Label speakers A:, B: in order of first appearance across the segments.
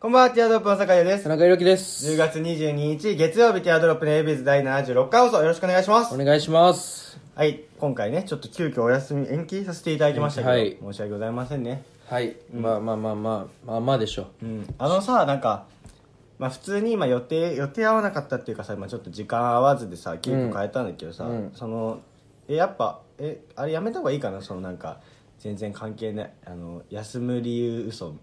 A: こんばんは、ティアドロップの酒井です
B: 田。中裕樹です
A: 10月22日、月曜日、ティアドロップのエイビーズ第76回放送、よろしくお願いします
B: お。願いします
A: はい、今回ね、ちょっと急遽お休み、延期させていただきましたけど、
B: はい
A: 申し訳ございませんね。
B: はい、まあまあまあまあまあまあでしょ
A: うん、あのさ、なんか、まあ普通に今予定、予定合わなかったっていうかさ、今ちょっと時間合わずでさ、急遽変えたんだけどさ、
B: うん
A: その、え、やっぱ、え、あれやめた方がいいかなそのなんか、全然関係ない、あの、休む理由嘘。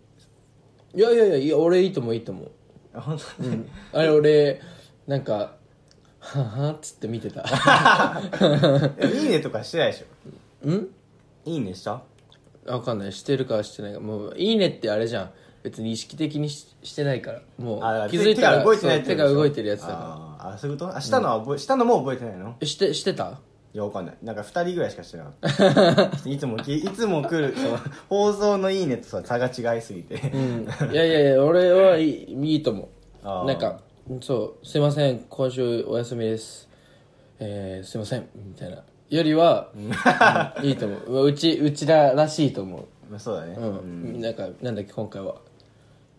B: いやいやいやいや俺いいと思ういいと思う
A: あ本当に、
B: あれ俺なんか「はんはん」っつって見てた
A: え いいねとかしてないでし
B: ん
A: ょいいねした
B: わかんないしてるかしてないかもう「いいね」ってあれじゃん別に意識的にししてないからも
A: あ
B: う気づいた
A: 手
B: ら
A: が動いてない
B: そう手が動いてるやつだから
A: あーあそういうことあしたのは覚え、したのも覚えてないの
B: えしてしてた
A: いやわかんないなんか2人ぐらいしかしてなか ったいつもきいつも来るその放送の「いいね」とさ差が違いすぎて、
B: うんいやいやいや俺はいいいいと思
A: あー
B: うなんかそう「すいません今週お休みです」えー「すいません」みたいなよ りは、うんいいと思ううちうちららしいと思
A: まあそうだね、
B: ううん、なんかなんだっけ今回は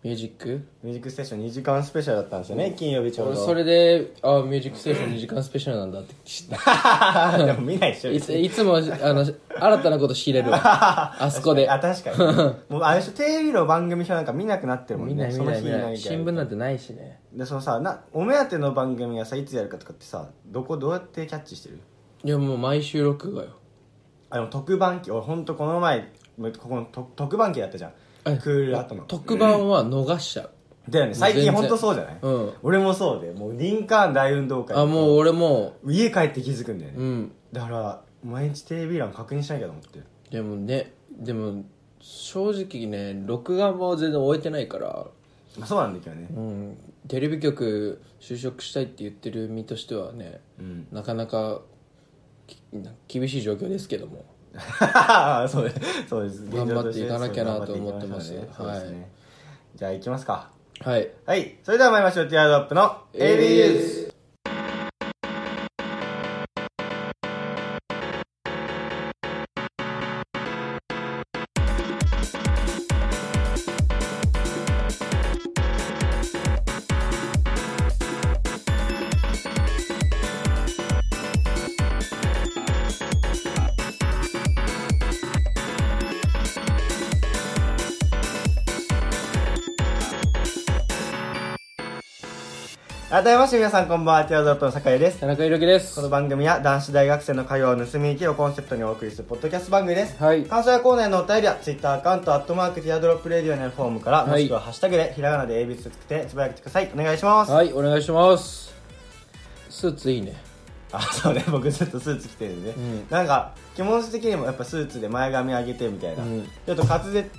B: ミュージック
A: ミュージックステーション2時間スペシャルだったんですよね、金曜日ちょう
B: 俺
A: ど
B: それで「あーミュージックステーション2時間スペシャルなんだ」って知っ た
A: でも見ないでしょ
B: いついつもあの新たなこと仕入れる わあそこで
A: あ確かにもうあれでしょテレビの番組表なんか見なくなってるもんね
B: 見ない見
A: その
B: ない
A: 日
B: 見
A: に
B: な
A: 何
B: い
A: か
B: 新聞なんてないしね
A: でそのさなお目当ての番組がさいつやるかとかってさどこどうやってキャッチしてる
B: いやもう毎週録画よ
A: あでも特番機俺ほんとこの前ここのと特番機やったじゃんク
B: え
A: ールアートの
B: 特番は逃しちゃう
A: だよね最近
B: 全然
A: ほんとそうじゃない、
B: うん
A: 俺もそうでもうリンカーン大運動会
B: あもう俺も
A: 家帰って気づくんだよね、
B: ううん
A: だから毎日テレビ欄確認しなきゃと思って
B: でもねでも正直ね録画も全然終えてないから
A: まあそうなんだけどね
B: うんテレビ局就職したいって言ってる身としてはね、
A: うん
B: なかなかき厳しい状況ですけども
A: そうですそうです現
B: 頑
A: 状
B: 張
A: と
B: って
A: し
B: いかなきゃなと思って
A: そう
B: ます
A: 頑張っていきしょうねそうですね、じゃあ行きますか
B: はい
A: はいそれでは参りましょうティアドロップの ABUs 改めまして皆さんこんばんはティアドロップの酒井です
B: 田中裕樹です
A: この番組は男子大学生の会話を盗み行きをコンセプトにお送りするポッドキャスト番組です
B: はい
A: 感想やコーナーへのお便りは Twitter アカウント「アットマークティアドロップレディオ」のフォームから、
B: はい
A: もしくは「ハッシュタグでひらがなで ABS つけてつぶやいてくださいお願いします、
B: はいお願いしますスーツいいね
A: あそうね僕ずっとスーツ着てるんで、ねなんか気持ち的にもやっぱスーツで前髪上げてみたいな、
B: うん
A: ちょっと滑舌え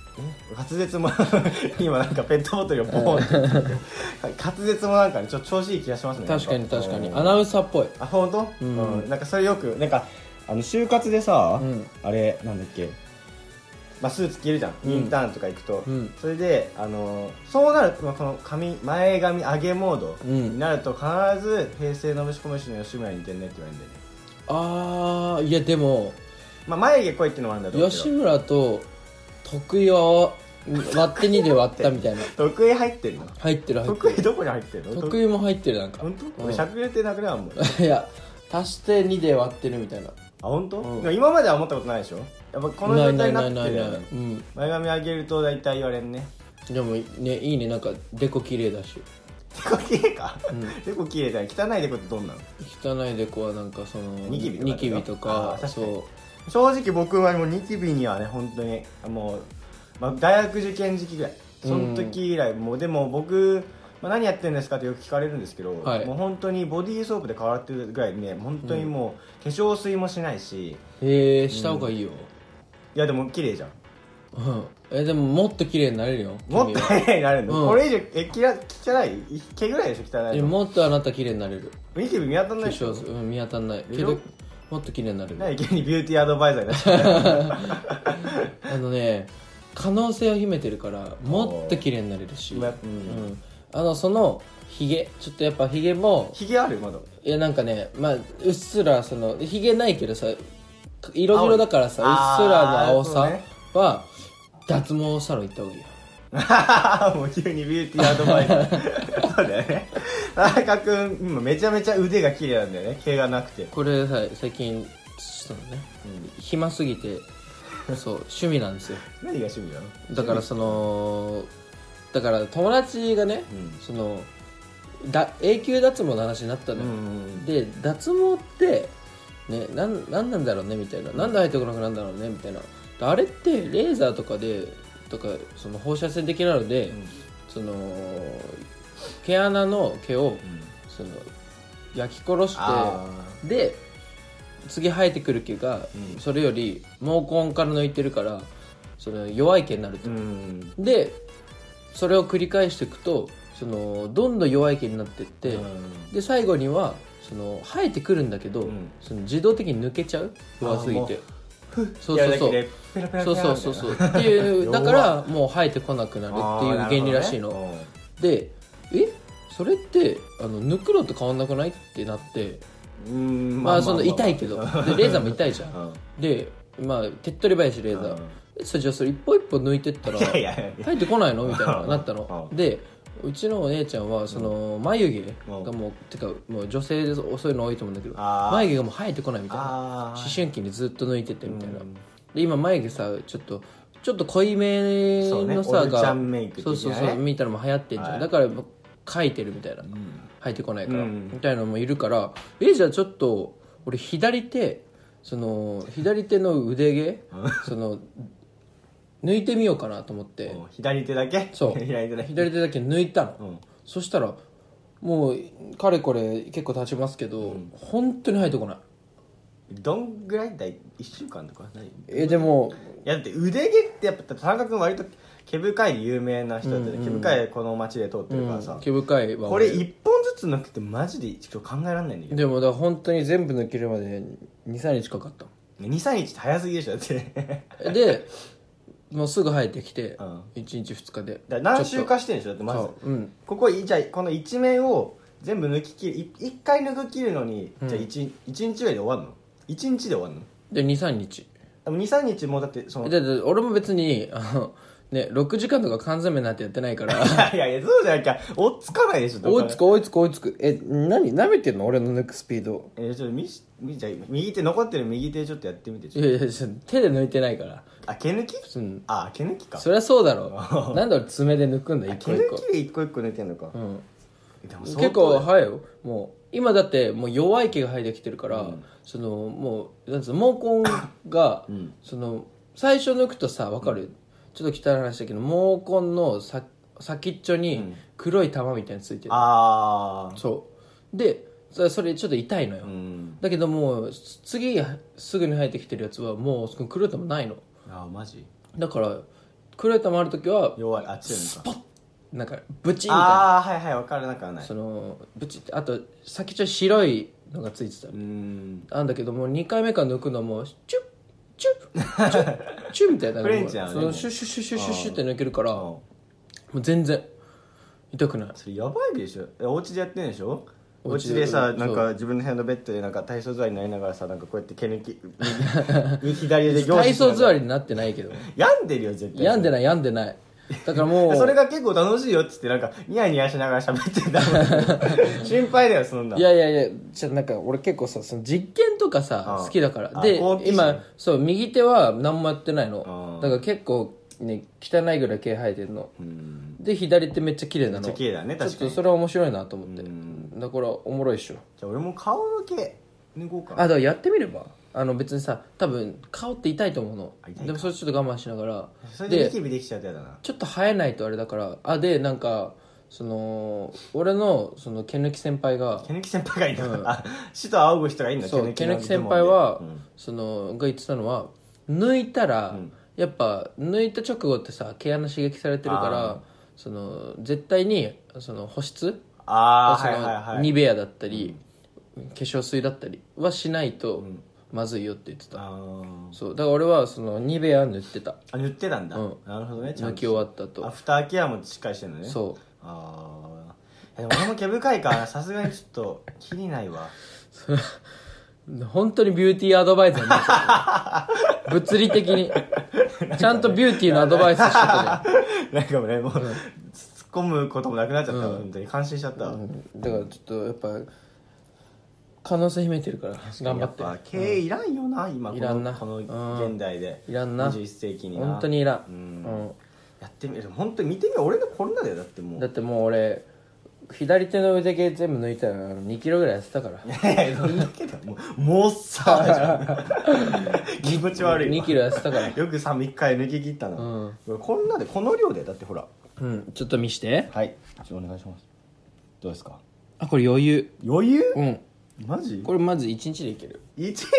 A: 滑舌も 今なんかペットボトルをボーンって 滑舌もなんかねちょっと調子いい気がしますね
B: 確かに確かに
A: うん
B: アナウンサーっぽい
A: あ本当？うん、なんかそれよくなんかあの就活でさ、
B: うん
A: あれなんだっけまあ、スーツ着るじゃん、
B: うん
A: インターンとか行くと、
B: うん
A: それで、あのそうなるとまあこの髪前髪上げモード
B: うん
A: になると必ず平成のぶしこむしの吉村に似てんねって言われるんだよね、
B: あーいやでも
A: まあ、眉毛濃いってのもあるんだと思うけ
B: 吉村と得意は割って2で割ったみたいな
A: ど得意入ってるの
B: 入ってる入って
A: 得
B: る
A: 意どこに入ってるの
B: 得意も入ってるなんか
A: 本当、
B: うん
A: 俺尺入れてなくないもんあ
B: いや足して2で割ってるみたいな
A: 本当、
B: うん
A: でも今までは思ったことないでしょやっぱこの状態になって
B: ない
A: る
B: な
A: よ
B: いない
A: ね
B: ないうん
A: 前髪上げると大体言われんね
B: でもねいいねなんかデコ綺麗だし
A: デコ綺麗か、デコ綺麗だよ汚いデコってどんなの
B: 汚いデコはなんかその
A: ニキビとか
B: ニキビと
A: あ
B: か
A: ー確かに
B: そ
A: 正直僕はもうニキビにはね本当にもう、まあ、大学受験時期ぐらいその時以来、もうでも僕、まあ、何やってるんですかってよく聞かれるんですけど、
B: はい
A: もう本当にボディーソープで変わってるぐらいね本当にもう化粧水もしないし、
B: うへえした方がいいよ、
A: いやでも綺麗じゃん
B: うん、えでももっと綺麗になれるよ
A: もっと
B: 君は
A: 綺麗になるんだ、
B: うん
A: これ以上えきら汚い毛ぐらいでしょ汚
B: い
A: い
B: や
A: の
B: もっとあなた綺麗になれる
A: ニキビ見当たん
B: 化
A: ないでしょ
B: 粧水、うん、見当たんないけ
A: でしょ
B: どもっと綺麗になれる
A: 何急にビューティーアドバイザーになっちゃった
B: あのね可能性を秘めてるからもっと綺麗になれるし、
A: う
B: うんん、あのそのひげちょっとやっぱひげも
A: ヒゲあるまだ
B: いやなんかねまあうっすらそのひげないけどさ色白だからさうっ
A: 青い
B: すらの青
A: あー
B: さ
A: そうね
B: は脱毛サロン行った方がいいよ
A: もう急にビューティーアドバイザ ーそうだよね田中君今めちゃめちゃ腕が綺麗なんだよね毛がなくて
B: これさ最近そのね、暇すぎて そう趣味なんですよ
A: 何が趣味なの
B: だからそのだから友達がね、
A: うん
B: そのだ永久脱毛の話になった
A: う
B: の
A: んう
B: よ、
A: ん
B: で脱毛って、ね、なんなんなんだろうねみたいな、なんで生えてこなくなんだろうねみたいなであれってレーザーとかでとかその放射線的なので、
A: うん
B: その毛穴の毛を
A: うん
B: その焼き殺して
A: あ
B: で次生えてくる毛が、
A: うん
B: それより毛根から抜いてるからその弱い毛になる
A: ー
B: と、
A: うん
B: でそれを繰り返していくとそのどんどん弱い毛になっていって、
A: うん
B: で最後にはその生えてくるんだけど、
A: うん
B: その自動的に抜けちゃう弱すぎてそうそうそう
A: やるだけでペラペラペ
B: そ
A: ラ
B: う
A: ペ
B: そ
A: ラ
B: うそうそうっていう
A: 弱
B: だ
A: っ
B: からもう生えてこなくなる
A: あ
B: っ
A: ー
B: ていう原理らしいの、
A: なるほどね
B: でえそれってあの抜くのと変わんなくないってなって
A: うんうん
B: まあその痛いけど
A: うん
B: でレーザーも痛 いじゃんでまあ手っ取り早いしレーザーえそれじゃあそれ一歩一歩抜いてったら
A: いやいやいや
B: 帰ってこないのみたいななったの
A: うん
B: でうちのお姉ちゃんはその眉毛が
A: うん
B: もうてかもう女性でそういうの多いと思うんだけど
A: あー
B: 眉毛がもう生えてこないみたいな
A: あ
B: 思
A: ー
B: 春期にずっと抜いててみたいな
A: うん
B: で今眉毛さちょっとちょっと濃いめ
A: そうね
B: の
A: お
B: さ
A: じ
B: が
A: ちゃんメイク的な
B: そう
A: ね
B: そうそうみたいなのも流行ってんじゃ
A: は
B: ん
A: い
B: だから描いてるみたいな生えてこないから
A: うん
B: みたいなのもいるからえじゃあちょっと俺左手その左手の腕毛その抜いてみようかなと思って
A: もう左手だけ
B: そう
A: 左手だけ
B: 左手だけ抜いたの、
A: うん
B: そしたらもうかれこれ結構経ちますけど、本当に生えてこない
A: どんぐらいだい1週間とか何い
B: えでも
A: やだって腕毛ってやっぱ田中君割と毛深いで有名な人だったね毛深いこの街で通ってるからさ、
B: 毛深いわ
A: これ1本ずつ抜くってマジでちょっと考えられないんだけど
B: でもだから本当に全部抜けるまで23日かかった
A: 23日って早すぎでしょだって
B: のでもうすぐ生えてきて、
A: うん
B: 一1日2日で
A: だから何周かしてるんでしょだってまず
B: そううん
A: ここじゃあこの一面を全部抜き切るい一回抜き切るのに、じゃあ 1, 一日ぐらいで終わるの一日で終わるの
B: で23日
A: でも23日もうだってそのい
B: でで俺も別にあのね6時間とか缶詰なんてやってない から
A: や いやいやそうじゃなきゃ追っつかないでしょどこ
B: 追いつく追いつく追いつくえ何舐めてんの俺の抜くスピード
A: えーちょっとみしみじゃあ右手残ってる右手ちょっとやってみてち
B: い
A: ょっ
B: やいやちょ手で抜いてないから
A: とあ毛抜き
B: うん
A: あ毛抜きか
B: そりゃそう だろなんで俺爪で抜くんだ一
A: 毛
B: 個一
A: 抜
B: 個
A: きで一個一個抜いてんのか、
B: うん
A: でも
B: 結構早いよもう今だってもう弱い毛が生えてきてるから、そのもうなんつうの毛根 が、
A: ん
B: その最初抜くとさ分かる、ちょっと汚い話だけど毛根のさ先っちょに黒い玉みたいについてる、
A: ああ
B: そうでそれそれちょっと痛いのよ、
A: うん
B: だけどもう次すぐに生えてきてるやつはもうその黒い玉ないの
A: あーマジ
B: だから黒い玉ある時は
A: 弱いあ強いのか
B: なんかブチンみたいな
A: ああはいはい分からなくはない
B: そのブチってあと先っちょに白いのがついてた
A: うーん
B: なんだけどもう2回目から抜くのもチュッチュッチュッチュッみたい な
A: フレンチなのね
B: そ
A: も
B: の
A: う
B: シュッシュッシュッシュッシュッシュッって抜けるから
A: うん
B: もう全然痛くない
A: それやばいでしょえお家でやってんでしょお
B: お家
A: 家
B: で
A: でさ
B: そう
A: なんか自分の部屋のベッドでなんか体操座りになりながらさなんかこうやって毛抜 き右左で行
B: 体操座
A: り
B: りになってないけど
A: 病んでるよ絶対
B: 病んでない病んでないだか らもう
A: それが結構楽しいよっつってなんかニヤニヤしながら喋って た心配だよそんない
B: やいやいやじゃあなんか俺結構さその実験とかさ
A: うん
B: 好きだから
A: あ
B: で
A: 好奇心
B: 今そう右手は何もやってないの
A: うん
B: だから結構ね汚いぐらい毛生えてるの
A: うん
B: で左手めっちゃ綺麗な
A: めっ
B: の
A: ちゃ綺麗だね確かに
B: ちょっとそれは面白いなと思って
A: うん
B: だからおもろいっしょ
A: じゃあ俺も顔の毛抜こうか
B: あだからやってみればあの別にさ多分顔って痛いと思う
A: あ痛い
B: の
A: か
B: でもそれちょっと我慢しなが
A: そ
B: ら
A: れでニ
B: で
A: キビできちゃうとやだな
B: ちょっと生えないとあれだからあでなんかその俺のその毛抜き先輩が
A: 毛抜き先輩がいいんだあ死と仰ぐ人がいいんだ
B: そう毛
A: の
B: 抜き先輩は、
A: うん
B: そのが言ってたのは抜いたら、やっぱ抜いた直後ってさ毛穴刺激されてるからその絶対にその保湿
A: ああ
B: そ
A: は
B: の
A: いはいはい
B: ニベアだったり、化粧水だったりはしないとまずいよって言ってた、
A: あー
B: そうだから俺はそのニベア塗ってた
A: あ塗ってたんだ、
B: うん
A: なるほどねちゃ
B: 抜
A: ん
B: き
A: と
B: 終わったと
A: アフターケアもしっかりしてるのねう
B: そう
A: ああでも俺も毛深いから さすがにちょっと気にない わ
B: 本当にビューティーアドバイザーになっちゃった物理的にちゃんとビューティーのアドバイスしてたじ
A: なんかねもう、突っ込むこともなくなっちゃった、
B: うん
A: 本当に感心しちゃった、
B: ゃん、うんだからちょっとやっぱ可能性秘めてるから頑張って
A: やぱ経営いらんよな、今こ
B: いらんな
A: のこの現代で、
B: いらんな
A: 21世紀にな
B: 本当にいら
A: う
B: ん、
A: んやってみる本当に見てみよう俺のこれなんだよだっても
B: うんだっ
A: う
B: てもう俺左手の腕毛全部抜いたら2キロぐらい痩せたから
A: いやいやいいけどもうもっ さーじゃん気持ち悪いわ
B: 2キロ痩せたから
A: よくさ3回抜き切ったな、
B: う
A: こんなでこの量でだってほら
B: うんちょっと見して
A: はいお願いしますどうですか
B: あこれ余裕
A: 余裕
B: うん
A: マジ
B: これまず1日でいける
A: 一日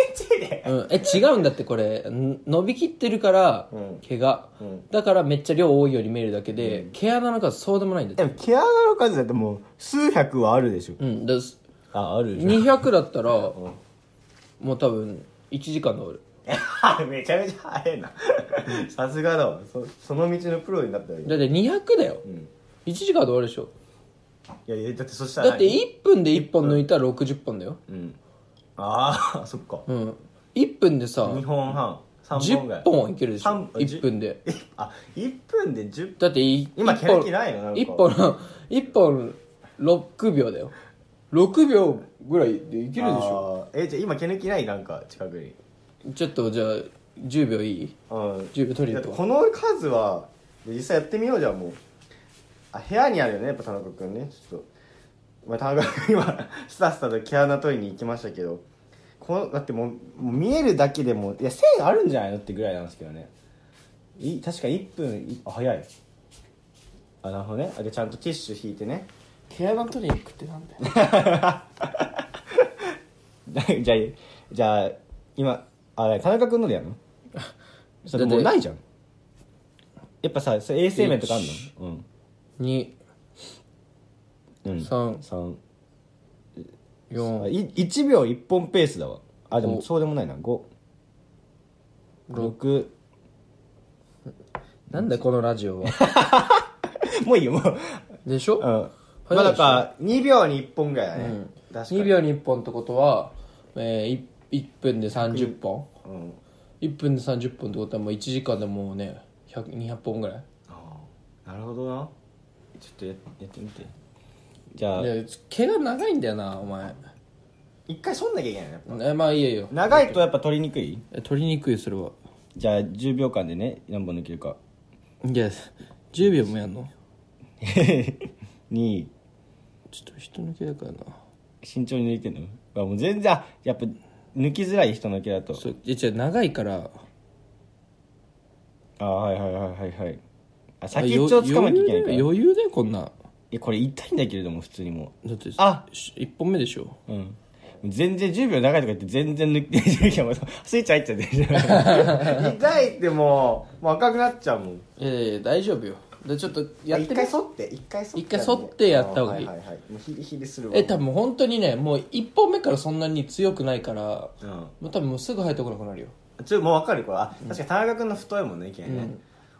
A: で
B: うん、え違うんだってこれん伸びきってるから
A: うん
B: 毛が、
A: うん
B: だからめっちゃ量多いように見えるだけで、毛穴の数そうでもないんだって
A: でも毛穴の数だってもう数百はあるでしょ
B: うんだす
A: ああるでし
B: 200だったら、もう多分1時間治る
A: ょ めちゃめちゃ早いなさすがだわそその道のプロになったよ今
B: だって200だよ、
A: ん
B: 1時間で終わるでしょ
A: いやいやだってそしたら
B: だって
A: い
B: 1分で1本抜いたら60本だよ
A: うんああそっか
B: うん1分でさ
A: 2本半3本ぐら
B: 10
A: い
B: 本はいけるでしょ
A: 三本
B: 1分で
A: えあ一1分で10
B: だってい
A: 今
B: 一
A: 毛
B: 本
A: 抜きないのなんか
B: 一本の1本6秒だよ6秒ぐらいでいけるでしょ
A: あーえじゃあ今毛抜きないなんか近くに
B: ちょっとじゃあ10秒いい
A: うん
B: 10秒取
A: い
B: り
A: や
B: に行くわ
A: この数は実際やってみようじゃあもうあ部屋にあるよねやっぱ田中君ねちょっと、まあ、田中君今 スタスタと毛穴取りに行きましたけどこのだってもうもう見えるだけでもいや線あるんじゃないのってぐらいなんですけどねい確かに1分いあ早いあなるほどねあでちゃんとティッシュ引いてね
B: 毛穴取りに行くってなんだ よ
A: じゃあじゃあ今あ田中君のでやる のそれもうないじゃんやっぱさそれ衛生面とかあるのうんうん
B: 2341
A: 三あい1秒1本ペースだわあでも
B: お
A: そうでもないな566
B: なんだこのラ ジオは
A: もういいよもう、
B: でしょ、
A: うん、まあ
B: 早いでしょ
A: だから2秒に1本ぐらいだね、確かに
B: 2秒に1本ってことは、え 1, 分で30本
A: うん
B: 1分で30本ってことはもう1時間でもうね100 200本ぐらい
A: あーなるほどなちょっとややってみてじゃあ
B: で毛が長いんだよなお前
A: 一回そんなきゃいけないねやっぱ
B: えまあいいよいいよ
A: 長いとやっぱ取りにくい
B: え取りにくいそれは
A: じゃあ10秒間でね何本抜けるか
B: いや10秒もやんの
A: 2
B: ちょっと人抜けだからな
A: 慎重に抜いてんのあもう全然あやっぱ抜きづらい人の毛だと
B: そういや違う長いから
A: あーはいはいはいはいはいあ
B: あ
A: 先っち
B: よ
A: ょをつかまなきゃいけないから
B: 余裕だよ余裕だよこんな
A: えこれ痛いんだけれども普通にも
B: だって
A: あ
B: し一本目でしょ
A: ううん全然10秒長いとか言って全然抜けてるけど スイッチ入っちゃって る痛いってもうもう赤くなっちゃうもん
B: いやいやいや大丈夫よでちょっとやって
A: 一
B: み
A: 回剃って一回剃って
B: 一回剃ってやった方がいい
A: あーはいはいはいもうヒリヒリするわ
B: え多分本当にねもう一本目からそんなに強くないからも
A: うん
B: う多分もうすぐ生えてこなくなるよ
A: ちょもう分かるこれあ確かに田中君の太いもんね毛ね、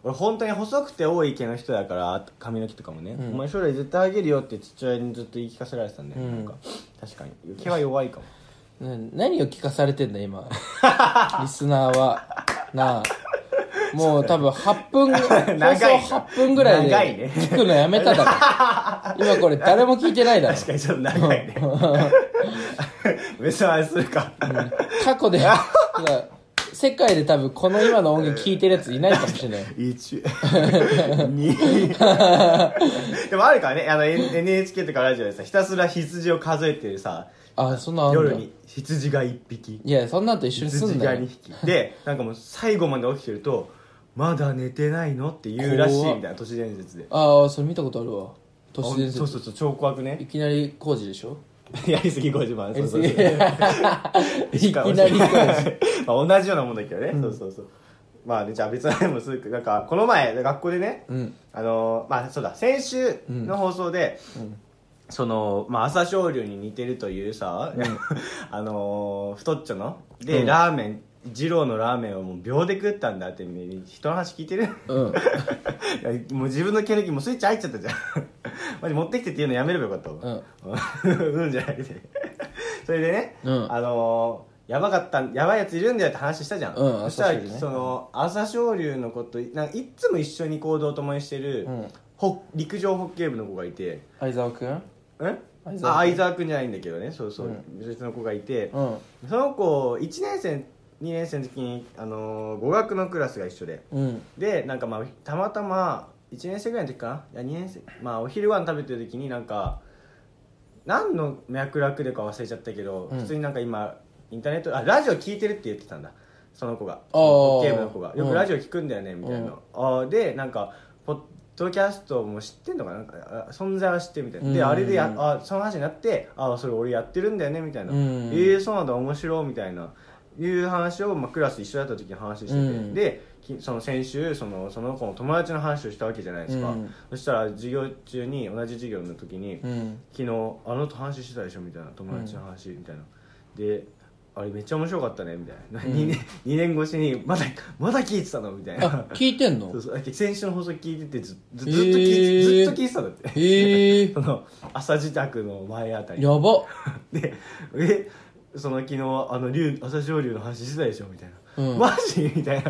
A: 俺本当に細くて多い毛の人だから髪の毛とかもね、お前将来絶対あげるよって父親にずっと言い聞かせられてたんだよ、なんか確かに毛は弱い かも
B: な何を聞かされてんだ 今リスナーはなあもう多分8 分放送
A: な
B: 8分ぐらい
A: 長い
B: で
A: ね
B: 聞くのやめただ ろ今これ誰も聞いてないだろ
A: 確かにちょっと長いね別の話するか、
B: 過去 で世界で多分この今の音源聞いてるやついないかもしれない
A: 一 二でもあるからねあの N- NHK とかラジオでさひたすら羊を数えてるさ
B: あそんなのあんだ
A: 夜に羊が一匹
B: いやそんなんと一緒にす
A: 羊
B: ん
A: が
B: だ
A: 2
B: よ
A: 匹でなんかもう最後まで起きてると「まだ寝てないの?」って言うらしいみたいな都市伝説で
B: ああそれ見たことあるわ都市伝
A: そうそう
B: 説
A: そう超怖く
B: い
A: ね
B: きなり工事でしょ
A: やりすぎ50万そうそうそう
B: いきな り工事
A: まあ同じようなもんだけどね、そうそうそうまあねじゃあ別の話もするけどなんかこの前学校でね、
B: うん
A: あのーまあそうだ先週の放送で、その、まあ、朝青龍に似てるというさ、 あのー太っちょので、
B: うん
A: ラーメン二郎のラーメンをもう秒で食ったんだって人の話聞いてる
B: うん
A: いやもう自分の毛抜きもうスイッチ入っちゃったじゃん マジ持ってきてっていう のやめればよかったわ、うん、じゃなくてそれでね、
B: うん
A: あのーやばかったやばいやついるんだよって話したじゃん、
B: うん
A: そした
B: 朝
A: ら、
B: 青龍ね
A: その朝青龍のことなんかいっつも一緒に行動を共にしてる、
B: うん
A: ほ陸上ホッケー部の子がいて
B: 相沢君
A: んあ
B: 相沢君
A: 相沢君じゃないんだけどねそうそう、
B: うん
A: 別の子がいて、
B: うん
A: その子1年生2年生の時に、あのー語学のクラスが一緒で
B: うん
A: でなんかまあたまたま1年生ぐらいの時かないや2年生まあお昼ご飯食べてる時になんか何の脈絡でか忘れちゃったけど、
B: うん
A: 普通になんか今インターネットあラジオ聞いてるって言ってたんだその子が
B: あー
A: ゲームの子がよ
B: うん
A: くラジオ聞くんだよね、みたいな、あーでなんかポッドキャストも知ってんのかななんかあ存在は知ってるみたいなで、
B: うん
A: あれでやあその話になってあーそれ俺やってるんだよねみたいな、
B: うん
A: ええそうなんだ面白いみたいないう話を、まあ、クラス一緒だった時に話してて、
B: うん
A: できその先週そのその子の友達の話をしたわけじゃないですか、
B: うん
A: そしたら授業中に同じ授業の時に、
B: うん
A: 昨日あのと話してたでしょみたいな友達の話みたいな、であれめっちゃ面白かったねみたいな、
B: うん
A: 2年 二年越しにまだまだ聞いてたのみたい
B: あ
A: な
B: 聞いてんの
A: そうそうだって先週の放送聞いててずずず
B: へ
A: っ
B: ー
A: と聞いてずっと聞いてたんだって
B: へえ
A: その朝自宅の前あたり
B: やば
A: で「えその昨日あの竜朝青龍の話してたでしょ」みたいな「
B: うん
A: マジ?」みたいな、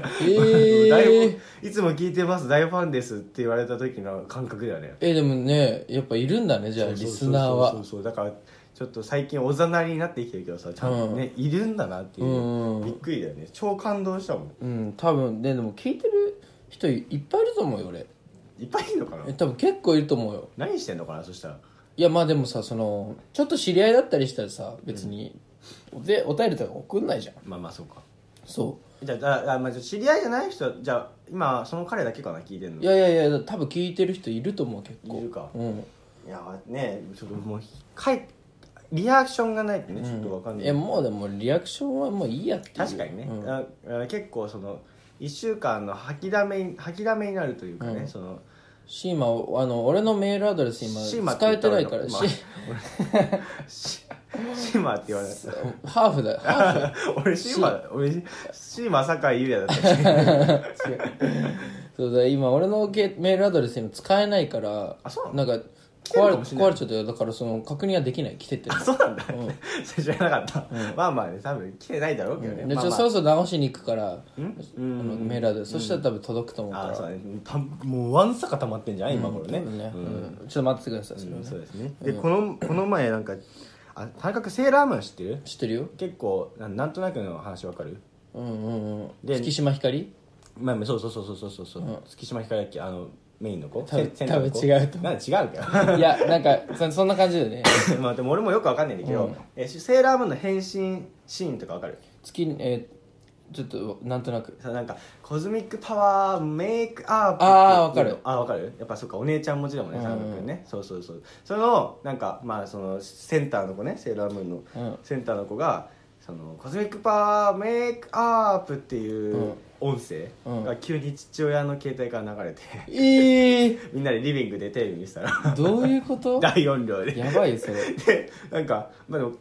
B: ー
A: 大ファンいつも聞いてます大ファンです」って言われた時の感覚だよね
B: えでもねやっぱいるんだねじゃあ
A: そうそう
B: リ
A: そう
B: スナー
A: そ
B: は
A: うそうだからちょっと最近おざなりになってきてるけどさちゃんとね、いるんだなっていう、
B: うん
A: びっくりだよね超感動したもん
B: うん多分ねでも聞いてる人いっぱいいると思うよ俺
A: いっぱいいるのかな
B: え多分結構いると思うよ
A: 何してんのかなそしたら
B: いやまあでもさそのちょっと知り合いだったりしたらさ別に、でお便りとか送んないじゃん
A: まあまあそうか
B: そ
A: じゃあああ、まあ、じゃあ知り合いじゃない人じゃあ今その彼だけかな聞いてんの
B: ういやいやいや多分聞いてる人いると思う結構
A: いるか
B: うん
A: いやねちょっともうかいリアクションがないってねちょっとわかんない、
B: いやもうでもリアクションはもういいやっていう
A: 確かにね、
B: うん
A: ああ結構その1週間の吐きだめに吐きだめになるというかね、
B: うん
A: その
B: シーマをあの俺のメールアドレス今
A: シーマって
B: 使え
A: 言ってた
B: な
A: らい
B: い
A: いの
B: から
A: ま
B: シ
A: あ シシーマって言われた
B: ーハーフだよハ
A: 俺シーマ俺シーマ酒井優也だったっけ
B: ーフ違うそうだ今俺のけメールアドレス今使えないから
A: あそう
B: なんか
A: 来てる
B: 壊れ
A: かもしれない
B: 壊れちゃったよだからその確認はできない来てても
A: あそうなんだ、それ知らなかった、まあまあね多分来てないだろうけどね、
B: でち
A: まあ
B: ょっと
A: まあ
B: そろそろ直しに行くからあ
A: んうん
B: のメールアドレスそしたら多分届くと思うか
A: あ
B: ら
A: そうだねたもうワンサカ溜まってんじゃない今頃ね,、
B: 多分ね
A: うん
B: うんちょっと待っててくださいそれは
A: うん
B: ね
A: そうですねでこのこの前なんかあ田中君セーラームーン知ってる
B: 知ってるよ
A: 結構ななんとなくの話わかる
B: うんうんうん
A: で
B: 月島ひ かり
A: まあまあそうそうそうそうそうそう、月島ひかりだっけあのメインの子
B: 多分
A: センターの子
B: 多分違うと思
A: なんか違うか
B: いやなんかそそんな感じだよね
A: まあでも俺もよくわかんないんだけど、えしセーラームーンの変身シーンとかわかる
B: 月にえーちょっとなんとなく
A: さなんかコズミックパワーメイクアップ
B: あーわかる
A: あわかるやっぱそっかお姉ちゃん持ちだもんね
B: うん
A: サム君ねそうそうそうそのなんかまあそのセンターの子ねセーラームーンの
B: うん
A: センターの子がそのコズミックパワーメイクアップっていう音声
B: うん
A: が急に父親の携帯から流れて
B: ええ
A: みんなでリビングでテレビ見てたら
B: どういうこと
A: 大音量で
B: やばいよそれ
A: でなんか、まあ、でも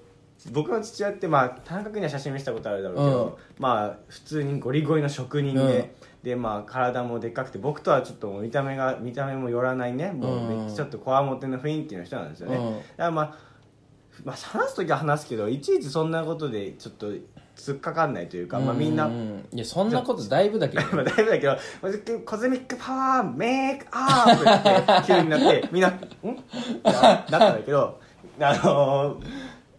A: 僕の父親って、まあ、田中君には写真見せたことあるだろうけど、まあ普通にゴリゴリの職人で、
B: うん
A: でまあ体もでっかくて僕とはちょっともう見た目が見た目も寄らないねもうめっちゃちょっとこわもての雰囲気の人なんですよね、
B: うん
A: だからまあまあ、話す時は話すけどいちいちそんなことでちょっと突っかかんないというか、まあ、みんな
B: うういやそんなことだいぶだけど
A: まあ、だいぶだけど、コズミックパワーメイクアップって急になって、みんな、んってなったんだけど、あのー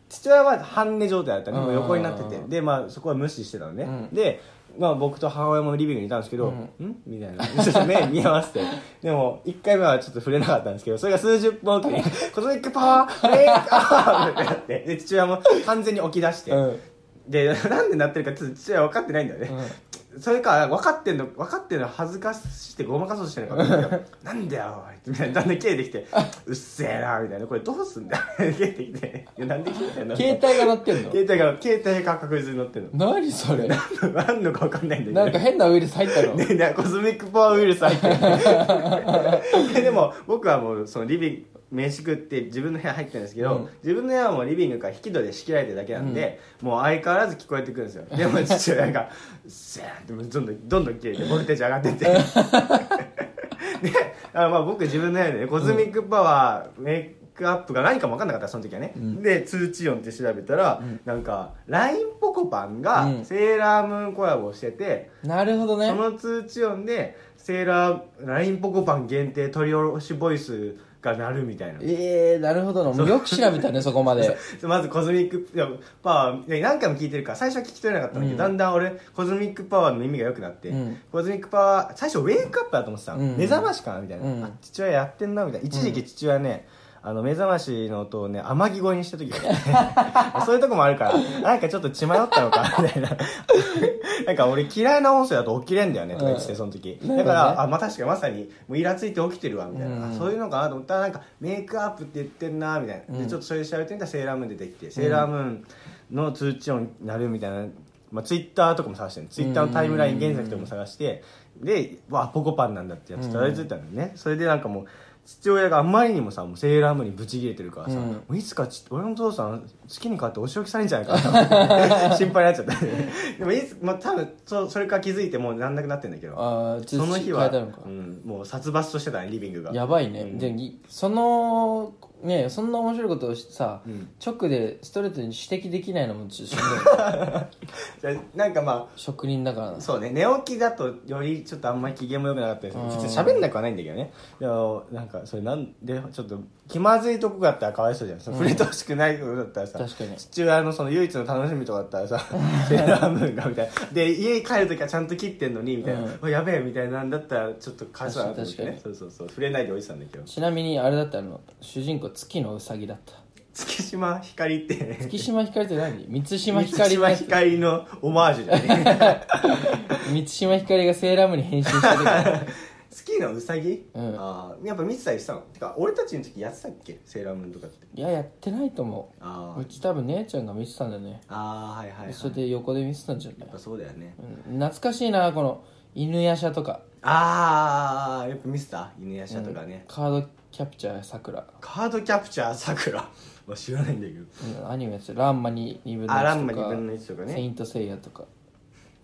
A: 父親は半寝状態だったね、もう横になってて
B: う、ん
A: で、まあそこは無視してたのね。
B: う
A: で、まあ僕と母親もリビングにいたんですけど、んみたいな。 ちょっと目見合わせて。でも、1回目はちょっと触れなかったんですけど、それが数十分おき に、コズミックパワーメイクアップってなって、で、父親も完全に起き出して、
B: うん
A: で、 なんでなってるかちょっと父親は分かってないんだよね。それか分かってんの分かってんの恥ずかしてごまかそうとしてるのか分かんないけどなんだよおいみたいなだんだん切れてきてうっせえなみたいなこれどうすんだよ 切れてきていやなんで切れてんの
B: 携帯が鳴ってんの
A: 携帯が携帯が確実に乗ってる
B: 何それ
A: の 何のか分かんないんだけど
B: なんか変なウイルス入ったの
A: ねねコスミックパワーウイルス入ってるでも僕はもうそのリビング飯食って自分の部屋入ってるんですけど、
B: うん
A: 自分の部屋はもうリビングから引き戸で仕切られてるだけなんで、もう相変わらず聞こえてくるんですよでも父親が「せーってどんどんどんどん切れてボルテージ上がってってであのまあ僕自分の部屋でねコスミックパワーメイククアップが何かも分かんなかったその時はね、
B: うん
A: で通知音って調べたら、
B: うん
A: なんか LINE ポコパンが
B: うん
A: セーラームーンコラボしてて、
B: なるほどね
A: その通知音でセーラー LINE ポコパン限定取り下ろしボイスが鳴るみたいな
B: ええー、なるほどなもうよく調べたねそこまで
A: まずコズミックいやパワーいや何回も聞いてるから最初は聞き取れなかったんだけど、だ
B: うん
A: んだん俺コズミックパワーの耳が良くなって、
B: うん
A: コズミックパワー最初ウェイクアップだと思ってた、
B: うん
A: 目覚ましかなみたいな、
B: うん
A: あ父親やってんなみたいな一時期父親ね、あの目覚ましの音をね天城越えにした時があって そういうとこもあるからなんかちょっと血迷ったのかみたいななんか俺嫌いな音声だと起きれんだよねとか言ってて
B: うん
A: その時
B: なるほどね
A: だからあまあ確かにまさにもうイラついて起きてるわみたいな、
B: うん
A: あそういうのかなと思ったらなんかメイクアップって言ってんなみたいな、
B: う
A: で
B: ん
A: ちょっとそれ調べてみたらセーラームーン出てきて、セーラームーンの通知音になるみたいな、まあ、ツイッターとかも探してるツイッターのタイムライン原作とかも探して、でわあポコパンなんだってやつたどり着いたんだよね、それでなんかもう父親があんまりにもさもうセーラームーンにブチ切れてるからさ、
B: うん
A: もういつかち俺のお父さん月に変わってお仕置きされんじゃないか な心配になっちゃったねでもいつ、まあ、多分そそれから気づいてもうなんなくなってんだけど
B: ああ
A: そ
B: そ
A: の
B: の
A: 日
B: 日
A: は
B: は変えたのか
A: うん、もう殺伐としてたねリビングが
B: やばいね、
A: うん
B: でいそのねそんな面白いことをしさ、
A: うん
B: 直でストレートに指摘できないのもちょっとしんどい
A: じゃあなんかまあ
B: 職人だからな
A: そうね寝起きだとよりちょっとあんまり機嫌も良くなかったりする
B: うん
A: 別に喋んなくはないんだけどねでもなんかそれなんでちょっと気まずいとこがあったらかわいそうじゃんその触れてほしくないことだったらさ、
B: 確かに
A: 父親のその唯一の楽しみとかだったら さセーラームーンがみたいなで家帰る時はちゃんと切ってんのにみたいな、
B: うん
A: おやべえみたいなんだったらちょっとかわいそうだなと思ってね
B: 確
A: そうそうそう触れないでおいてたんだけど
B: ちなみにあれだったの主人公月のうさぎだった
A: 月島ひかりってね
B: 月島ひかりって何満島
A: 満
B: ひかり
A: 島
B: が
A: ひかりのオマージュだね
B: 満島ひかりがセーラームーンに変身した時だ
A: 月のうさぎ、
B: うん
A: あーやっぱ見てたりしたのてか俺たちの時やってたっけセーラームーンとかって
B: いややってないと思
A: あ
B: ううち多分姉ちゃんが見てたんだよね、
A: ああーはいはい、はい、
B: それで横で見てたんじゃな
A: や
B: い
A: っぱ、そうだよね
B: うん、懐かしいなこの犬夜叉とか
A: ああやっぱミスター犬やしとかね、
B: カードキャプチャーさくら
A: カードキャプチャーさくら まあ知らないんだけど
B: うんアニメやつランマに2分の1とか
A: あランマ2分の1とかね
B: セイントセイヤとか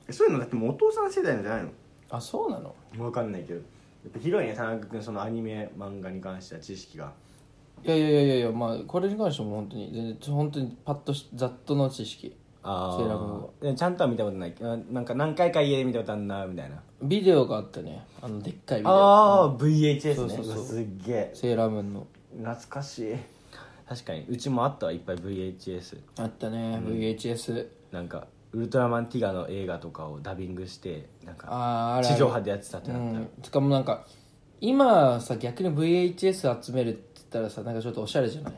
A: そういうのだってもうお父さん世代なんじゃないの
B: あそうなの
A: 分かんないけどやっぱ広いね田中君そのアニメ漫画に関しては知識が
B: いやいやいやいやいやまあこれに関しても本当に全然本当にパッとしざっとの知識
A: あ
B: ーセーラーム
A: ーちゃんとは見たことないあなんか何回か家で見たことあるなみたいな
B: ビデオがあったねあのでっかいビデオ
A: ああ VHS ね
B: そうそうそう
A: すっげえ
B: セーラームーンの
A: 懐かしい確かにうちもあったわいっぱい VHS
B: あったね、VHS
A: なんかウルトラマンティガの映画とかをダビングしてなんか
B: あーあれ
A: 地上波でやってたって
B: う
A: なったら、
B: んしかもなんか今さ逆に VHS 集めるって言ったらさなんかちょっとおしゃれじゃない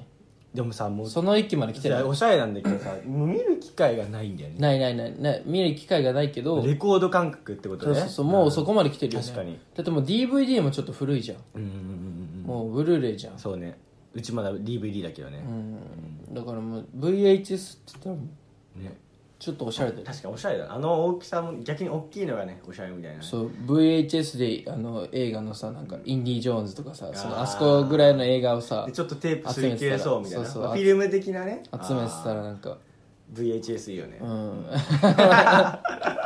A: でもさもう
B: その域まで来てない
A: おしゃれなんだけどさもう見る機会がないんだよね
B: ないないないない見る機会がないけど
A: レコード感覚ってこと
B: そう
A: ね
B: そうそうもうそこまで来てるよね
A: 確かに
B: だってもう DVD もちょっと古いじゃん、
A: うんうんうんうん
B: もうブルーレイじゃん
A: うんそうねうちまだ DVD だけどね
B: う、んだからもう VHS って言ったら
A: ね
B: ちょっとおしゃれだよ
A: 確かにおしゃれだあの大きさも逆に大きいのがねおしゃれみたいなね
B: そう VHS であの映画のさなんかインディ・ジョーンズとかさその
A: あー
B: あそこぐらいの映画をさ
A: で
B: 集
A: ちょっとテープすり切れそうみたいな
B: 集めてたらそうそう
A: まあフィルム的なね
B: めてたらなんか
A: あー VHS いいよね、
B: うん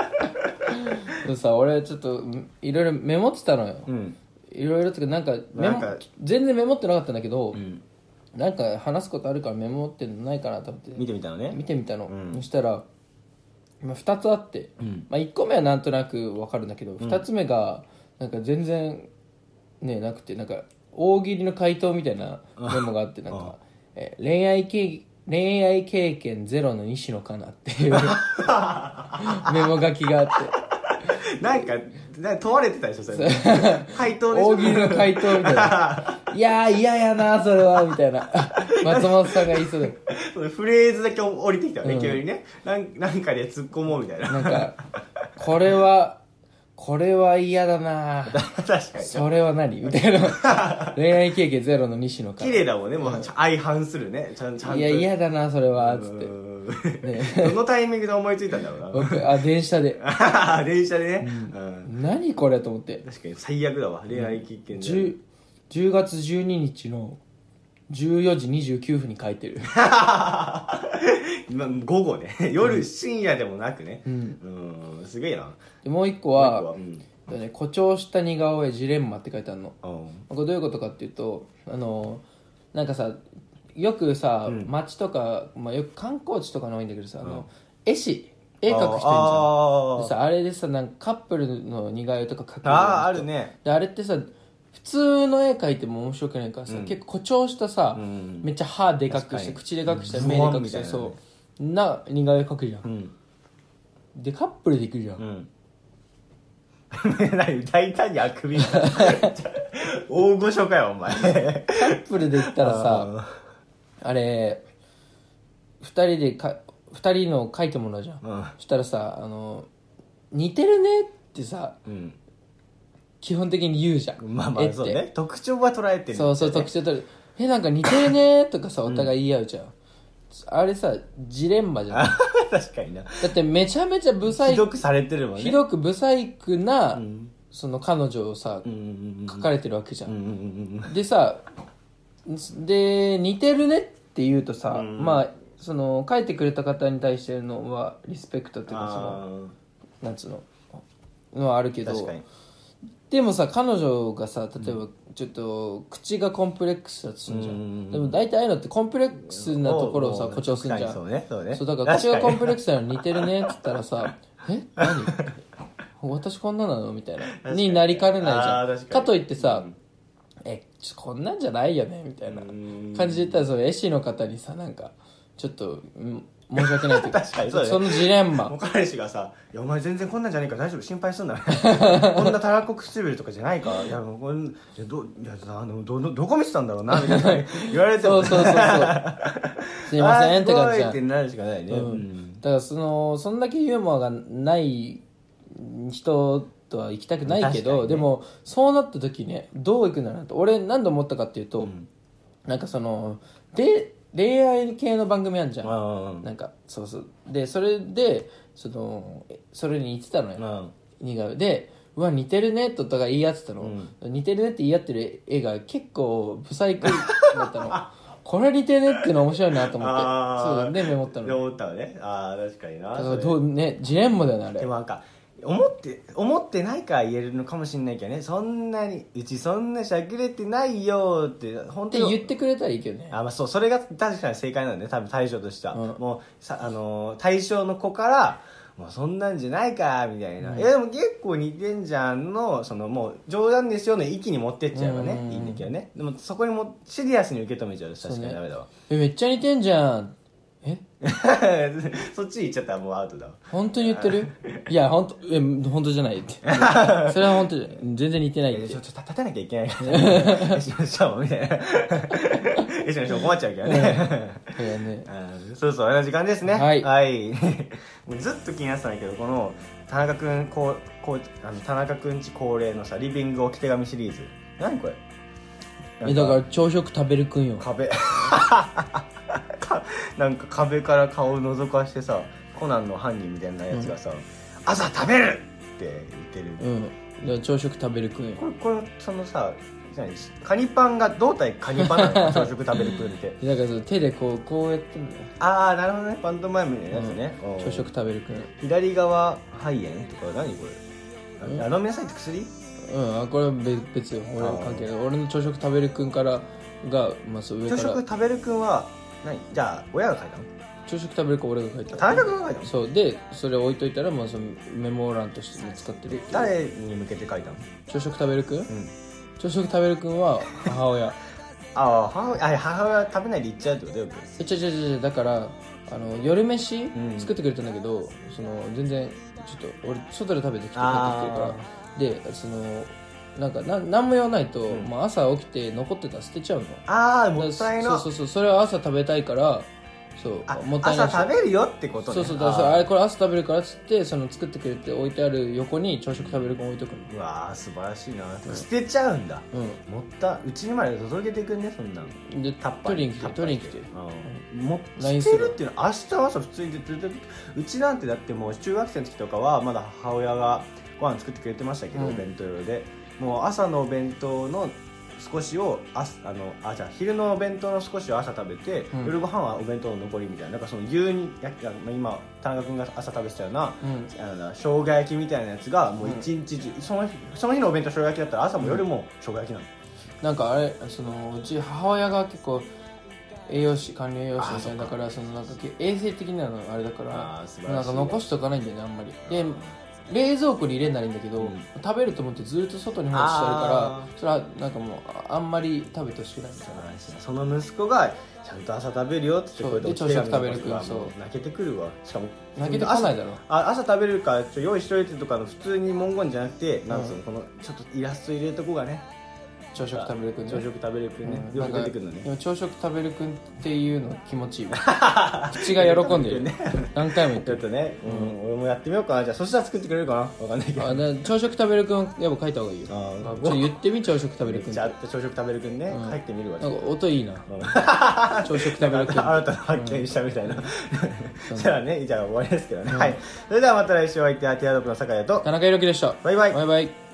B: でもさ俺ちょっとんいろいろメモってたのよ
A: うん
B: いろいろとかなんかメ
A: な
B: モ
A: んか
B: 全然メモってなかったんだけど、
A: ん
B: なんか話すことあるからメモってんのないかなと思って
A: 見てみたのね
B: 見てみたの、
A: うん
B: そしたら、まあ、2つあって、
A: うん
B: まあ、1個目はなんとなく分かるんだけど、2つ目がなんか全然ねなくてなんか大喜利の回答みたいなメモがあってなんか、えー恋愛経恋愛経験ゼロの西野かなっ ていうメモ書きがあって
A: なんかな問われてたでしょそれ回答でしょ
B: 大喜利の回答みたいな 「いやー嫌やなそれは」みたいな松本さんが言いそうだ
A: そのフレーズだけ降りてきたよね、
B: うん
A: 急にねなんなんかで突っ込もうみたいな
B: なんかこれはこれは嫌だな
A: 確かに
B: それは何みた いな恋愛経験ゼロの西野か
A: 綺
B: い
A: 麗だもんね、もう相反するねちゃんちゃんと
B: や嫌だなそれは
A: う
B: つって
A: ーん どのタイミングで思いついたんだろう
B: 僕あ電車で
A: な電車でね、うん
B: 何これと思って
A: 確かに最悪だわ恋愛経験で、
B: 10, 10月12日の14時29分に書いてる
A: まあ午後ね夜深夜でもなくね
B: うん
A: うんんすげえな
B: でもう一個
A: 僕は
B: は
A: うん
B: だね誇張した似顔絵ジレンマって書いてあるの
A: うん
B: これどういうことかっていうとあのなんかさよくさ、街とか、まあ、よく観光地とかの多いんだけどさ、あの絵師絵描く人いるじゃん
A: あ
B: でさあれでさなんかカップルの似顔絵とか描く
A: あああ
B: る
A: るね
B: であれってさ普通の絵描いても面白くないからさ、結構誇張したさ、
A: ん
B: めっちゃ歯でかくして
A: 確かに
B: 口でかくして
A: ズボン
B: 目でかくし
A: みた
B: て、
A: いなね
B: そうな似顔絵描くじゃん、
A: ん
B: でカップルできるじゃん、
A: うん何 大胆に あくびした大御所かよお前
B: カップルで行ったらさあれ2人でか二人の書いてもらうじゃん、
A: うん
B: そしたらさあの「似てるね」ってさ
A: うん
B: 基本的に言うじゃん
A: まあま
B: 絵っ
A: あ
B: て
A: そうね特徴は捉えてる
B: そうそう特徴取る「えなんか似てるね」とかさお互い言い合うじゃん、あれさジレンマじゃんだ
A: あ 確かにな
B: ってめちゃめちゃブサ
A: ひ
B: イク
A: どくされてるもんね
B: ひどくブサイクな、
A: ん
B: その彼女をさ
A: うんうん
B: 書かれてるわけじゃ
A: うんうんうん
B: でさで似てるねって言うとさ、まあその書いてくれた方に対してのはリスペクトっていうかその
A: あ
B: なんつうののはあるけ
A: ー
B: ど
A: 確かに
B: でもさ彼女がさ例えばちょっと口がコンプレックスだとするじゃん、
A: うんうん
B: でも大体ああいうのってコンプレックスなところをさ
A: おうおう
B: 誇張するじゃん
A: 確かにそうねそうね
B: そうだから口がコンプレ
A: ク
B: ックスなのに似てるねっつった らさ「え何私こんななの?」みたいなになりかねないじゃ
A: あー
B: ん
A: 確かに
B: といってさ「えちょこんなんじゃないよね」みたいな
A: うん
B: 感じで言ったらその絵師の方にさなんかちょっとん申し訳ないというか
A: 確かにそうだね
B: のジレンマ
A: もう彼氏がさ「いやお前全然こんなんじゃねえから大丈夫心配すんな」 こんなたらこ唇とかじゃないからいやもうこんいやどいやあのどどどこ見てたんだろうな」みたい な言われて
B: そ
A: も
B: うそうそうそう すいません
A: あーす
B: って感じじ
A: ごい
B: ゃ
A: っ
B: ん
A: てなるしかないね、
B: うんだからそのそんだけユーモアがない人とは行きたくないけ
A: 確か
B: ど、
A: にね
B: でもそうなった時ねどう行くんだろうなと俺何度思ったかっていうと、なんかそので恋愛系の番組あんじゃん、
A: うん
B: なんかそうそうでそれでそのえそれに似てたのよ、
A: うん
B: 似顔絵で「うわ似てるね」ととか言い合ってたの、似てるねって言い合ってる絵が結構不細工だっ たのこれ似てるねっていうの面白いなと思って
A: あー
B: そうだねメモったの
A: で思ったわねああ確かにな
B: だから
A: それ
B: どうねジレンマだよねあ
A: で
B: れ
A: もなんか思って思ってないから言えるのかもしれないけどねそんなにうちそんなしゃくれてないよって本
B: って
A: 当に
B: 言ってくれたらいいけどね
A: あ、まあ、そうそれが確かに正解なんだね多分対象としては、
B: うん
A: もうさ、あのー対象の子から「もうそんなんじゃないか」みたいな「いやでも結構似てんじゃんの」そのもう冗談ですよの域に持ってっちゃえばね、
B: うん
A: いいんだけどねでもそこにもシリアスに受け止めちゃうと確かにダメだわ
B: えめっちゃ似てんじゃんえ
A: そっち行っちゃったらもうアウトだわ
B: 本当に言っ てるいや本当え本当じゃないってそれは本当じゃない全然似てない
A: え
B: っ
A: ち
B: て
A: ょっと立たなきゃいけ ないからえしましょうみたいなえしましょう困っちゃうけどね
B: いやね
A: うんそうそうあれの時間ですね
B: はい
A: はい、 もうずっと気になってたんだけどこの田中君こうこうあの田中君ち恒例のさリビング置き手紙シリーズ何これ
B: えだから朝食食べるくんよ
A: 壁 かなんか壁から顔を覗かしてさコナンの犯人みたいなやつがさ「朝食べる!」って言ってる、
B: うんだから朝食食べるくんよ
A: これこれそのさ何カニパンが胴体カニパンな の朝食食べるくんって
B: だからその手でこうこうやってんのよ
A: ああなるほどねパントマイムのやつね、うん
B: 朝食食べるくん
A: 左側肺炎とか何これあ飲みなさいって薬
B: うんあこれは別別よ俺は関係ない俺の朝食食べるくんからが、まあ、そう上か
A: 朝
B: ら
A: 食食べるくんは何じゃあ親が書いたの
B: 朝食食べるくん俺が書いた
A: 田中君が書いたの
B: そうでそれ置いといたらもうそのメモ欄としても使ってるっていう
A: 誰に向けて書いたの
B: 朝食食べるくん、
A: ん
B: 朝食食べるくんは母親
A: ああ母親あ母親食べないで行っちゃうってことよく
B: えちゃちゃちゃちゃだからあの夜飯
A: ん
B: 作ってくれたんだけど、その全然ちょっと俺外で食べてきて帰
A: あ
B: ってきてるからでそのなんかなん何も言わないと、まあ、朝起きて残ってたら捨てちゃうの
A: ああもったい
B: そ
A: な
B: うそうそうそれは朝食べたいからそう
A: あ
B: もったいない
A: 朝
B: し
A: 食べるよってことね
B: そうそうだからそれ
A: あ
B: あれこれ朝食べるからっつってその作ってくれて置いてある横に朝食食べる子置いとくの
A: ーうわー素晴らしいな捨てちゃうんだ
B: う
A: もったうちにまで届けてくんねそんなの
B: んで
A: タッパー
B: 取りに来て
A: タッパー
B: 取りに来て
A: うんもう
B: ライン
A: 捨
B: する
A: てるっていうのは明日朝普通にずっとうちなんてだってもう中学生の時とかはまだ母親がご飯作ってくれてましたけど、
B: う
A: お
B: ん
A: 弁当用でもう朝のお弁当の少しをあすあのあじゃあ昼のお弁当の少しを朝食べて、
B: うん
A: 夜ご飯はお弁当の残りみたいななんかその牛にやあの今田中君が朝食べてたような、
B: うん
A: あの生姜焼きみたいなやつがもう一日中、その日その日のお弁当生姜焼きだったら朝も夜も生姜焼きなの、
B: なんかあれそのうち母親が結構栄養士管理栄養士みたいなだからそのなんかけ衛生的なのがあれだか
A: あー
B: ら
A: 素晴らしいね
B: なんか残しとかないんだよねあんまりで冷蔵庫に入れんならいいんだけど、食べると思ってずっと外に放置してあ
A: あ
B: るからそれはなんかもうああんまり食べてほしくないみたいな
A: その息子がちゃんと朝食べるよって言ってこうやって
B: そう
A: 起きてる
B: で
A: の
B: 朝食べるくん
A: うわ
B: そう
A: もう泣けてくるわしかも
B: 泣けてこないだろ
A: 朝あ朝食べるからちょ用意しといてとかの普通に文言じゃなくて、なんつうのこのちょっとイラスト入れとこがね
B: 朝食食べるくんね
A: 朝食食べるくんね、
B: うん
A: よ
B: なん
A: く
B: か
A: 出てくるのね
B: でも朝食食べるくんっていうの気持ちいいわ 口が喜んでる
A: ね
B: 何回も言っ
A: ち
B: て
A: ょっ
B: る
A: とね、うん俺もやってみようかなじゃあそしたら作ってくれるかなわかんないけど
B: あだ朝食食べるくんやっぱ書いた方がいいよち
A: あー
B: ょっと言ってみ朝食食べるくんって
A: じゃあ
B: なんか
A: 朝食食べるくんね、帰ってみるわちょっと
B: 音いいな朝食食べ
A: な
B: る
A: ん
B: くん
A: か新たな発見したみたいな、 そしたらねじゃあ終わりですけどね、はいそれではまた来週お相手はティアドロップの酒屋と
B: 田中裕樹でした
A: バイバイ
B: バイバイ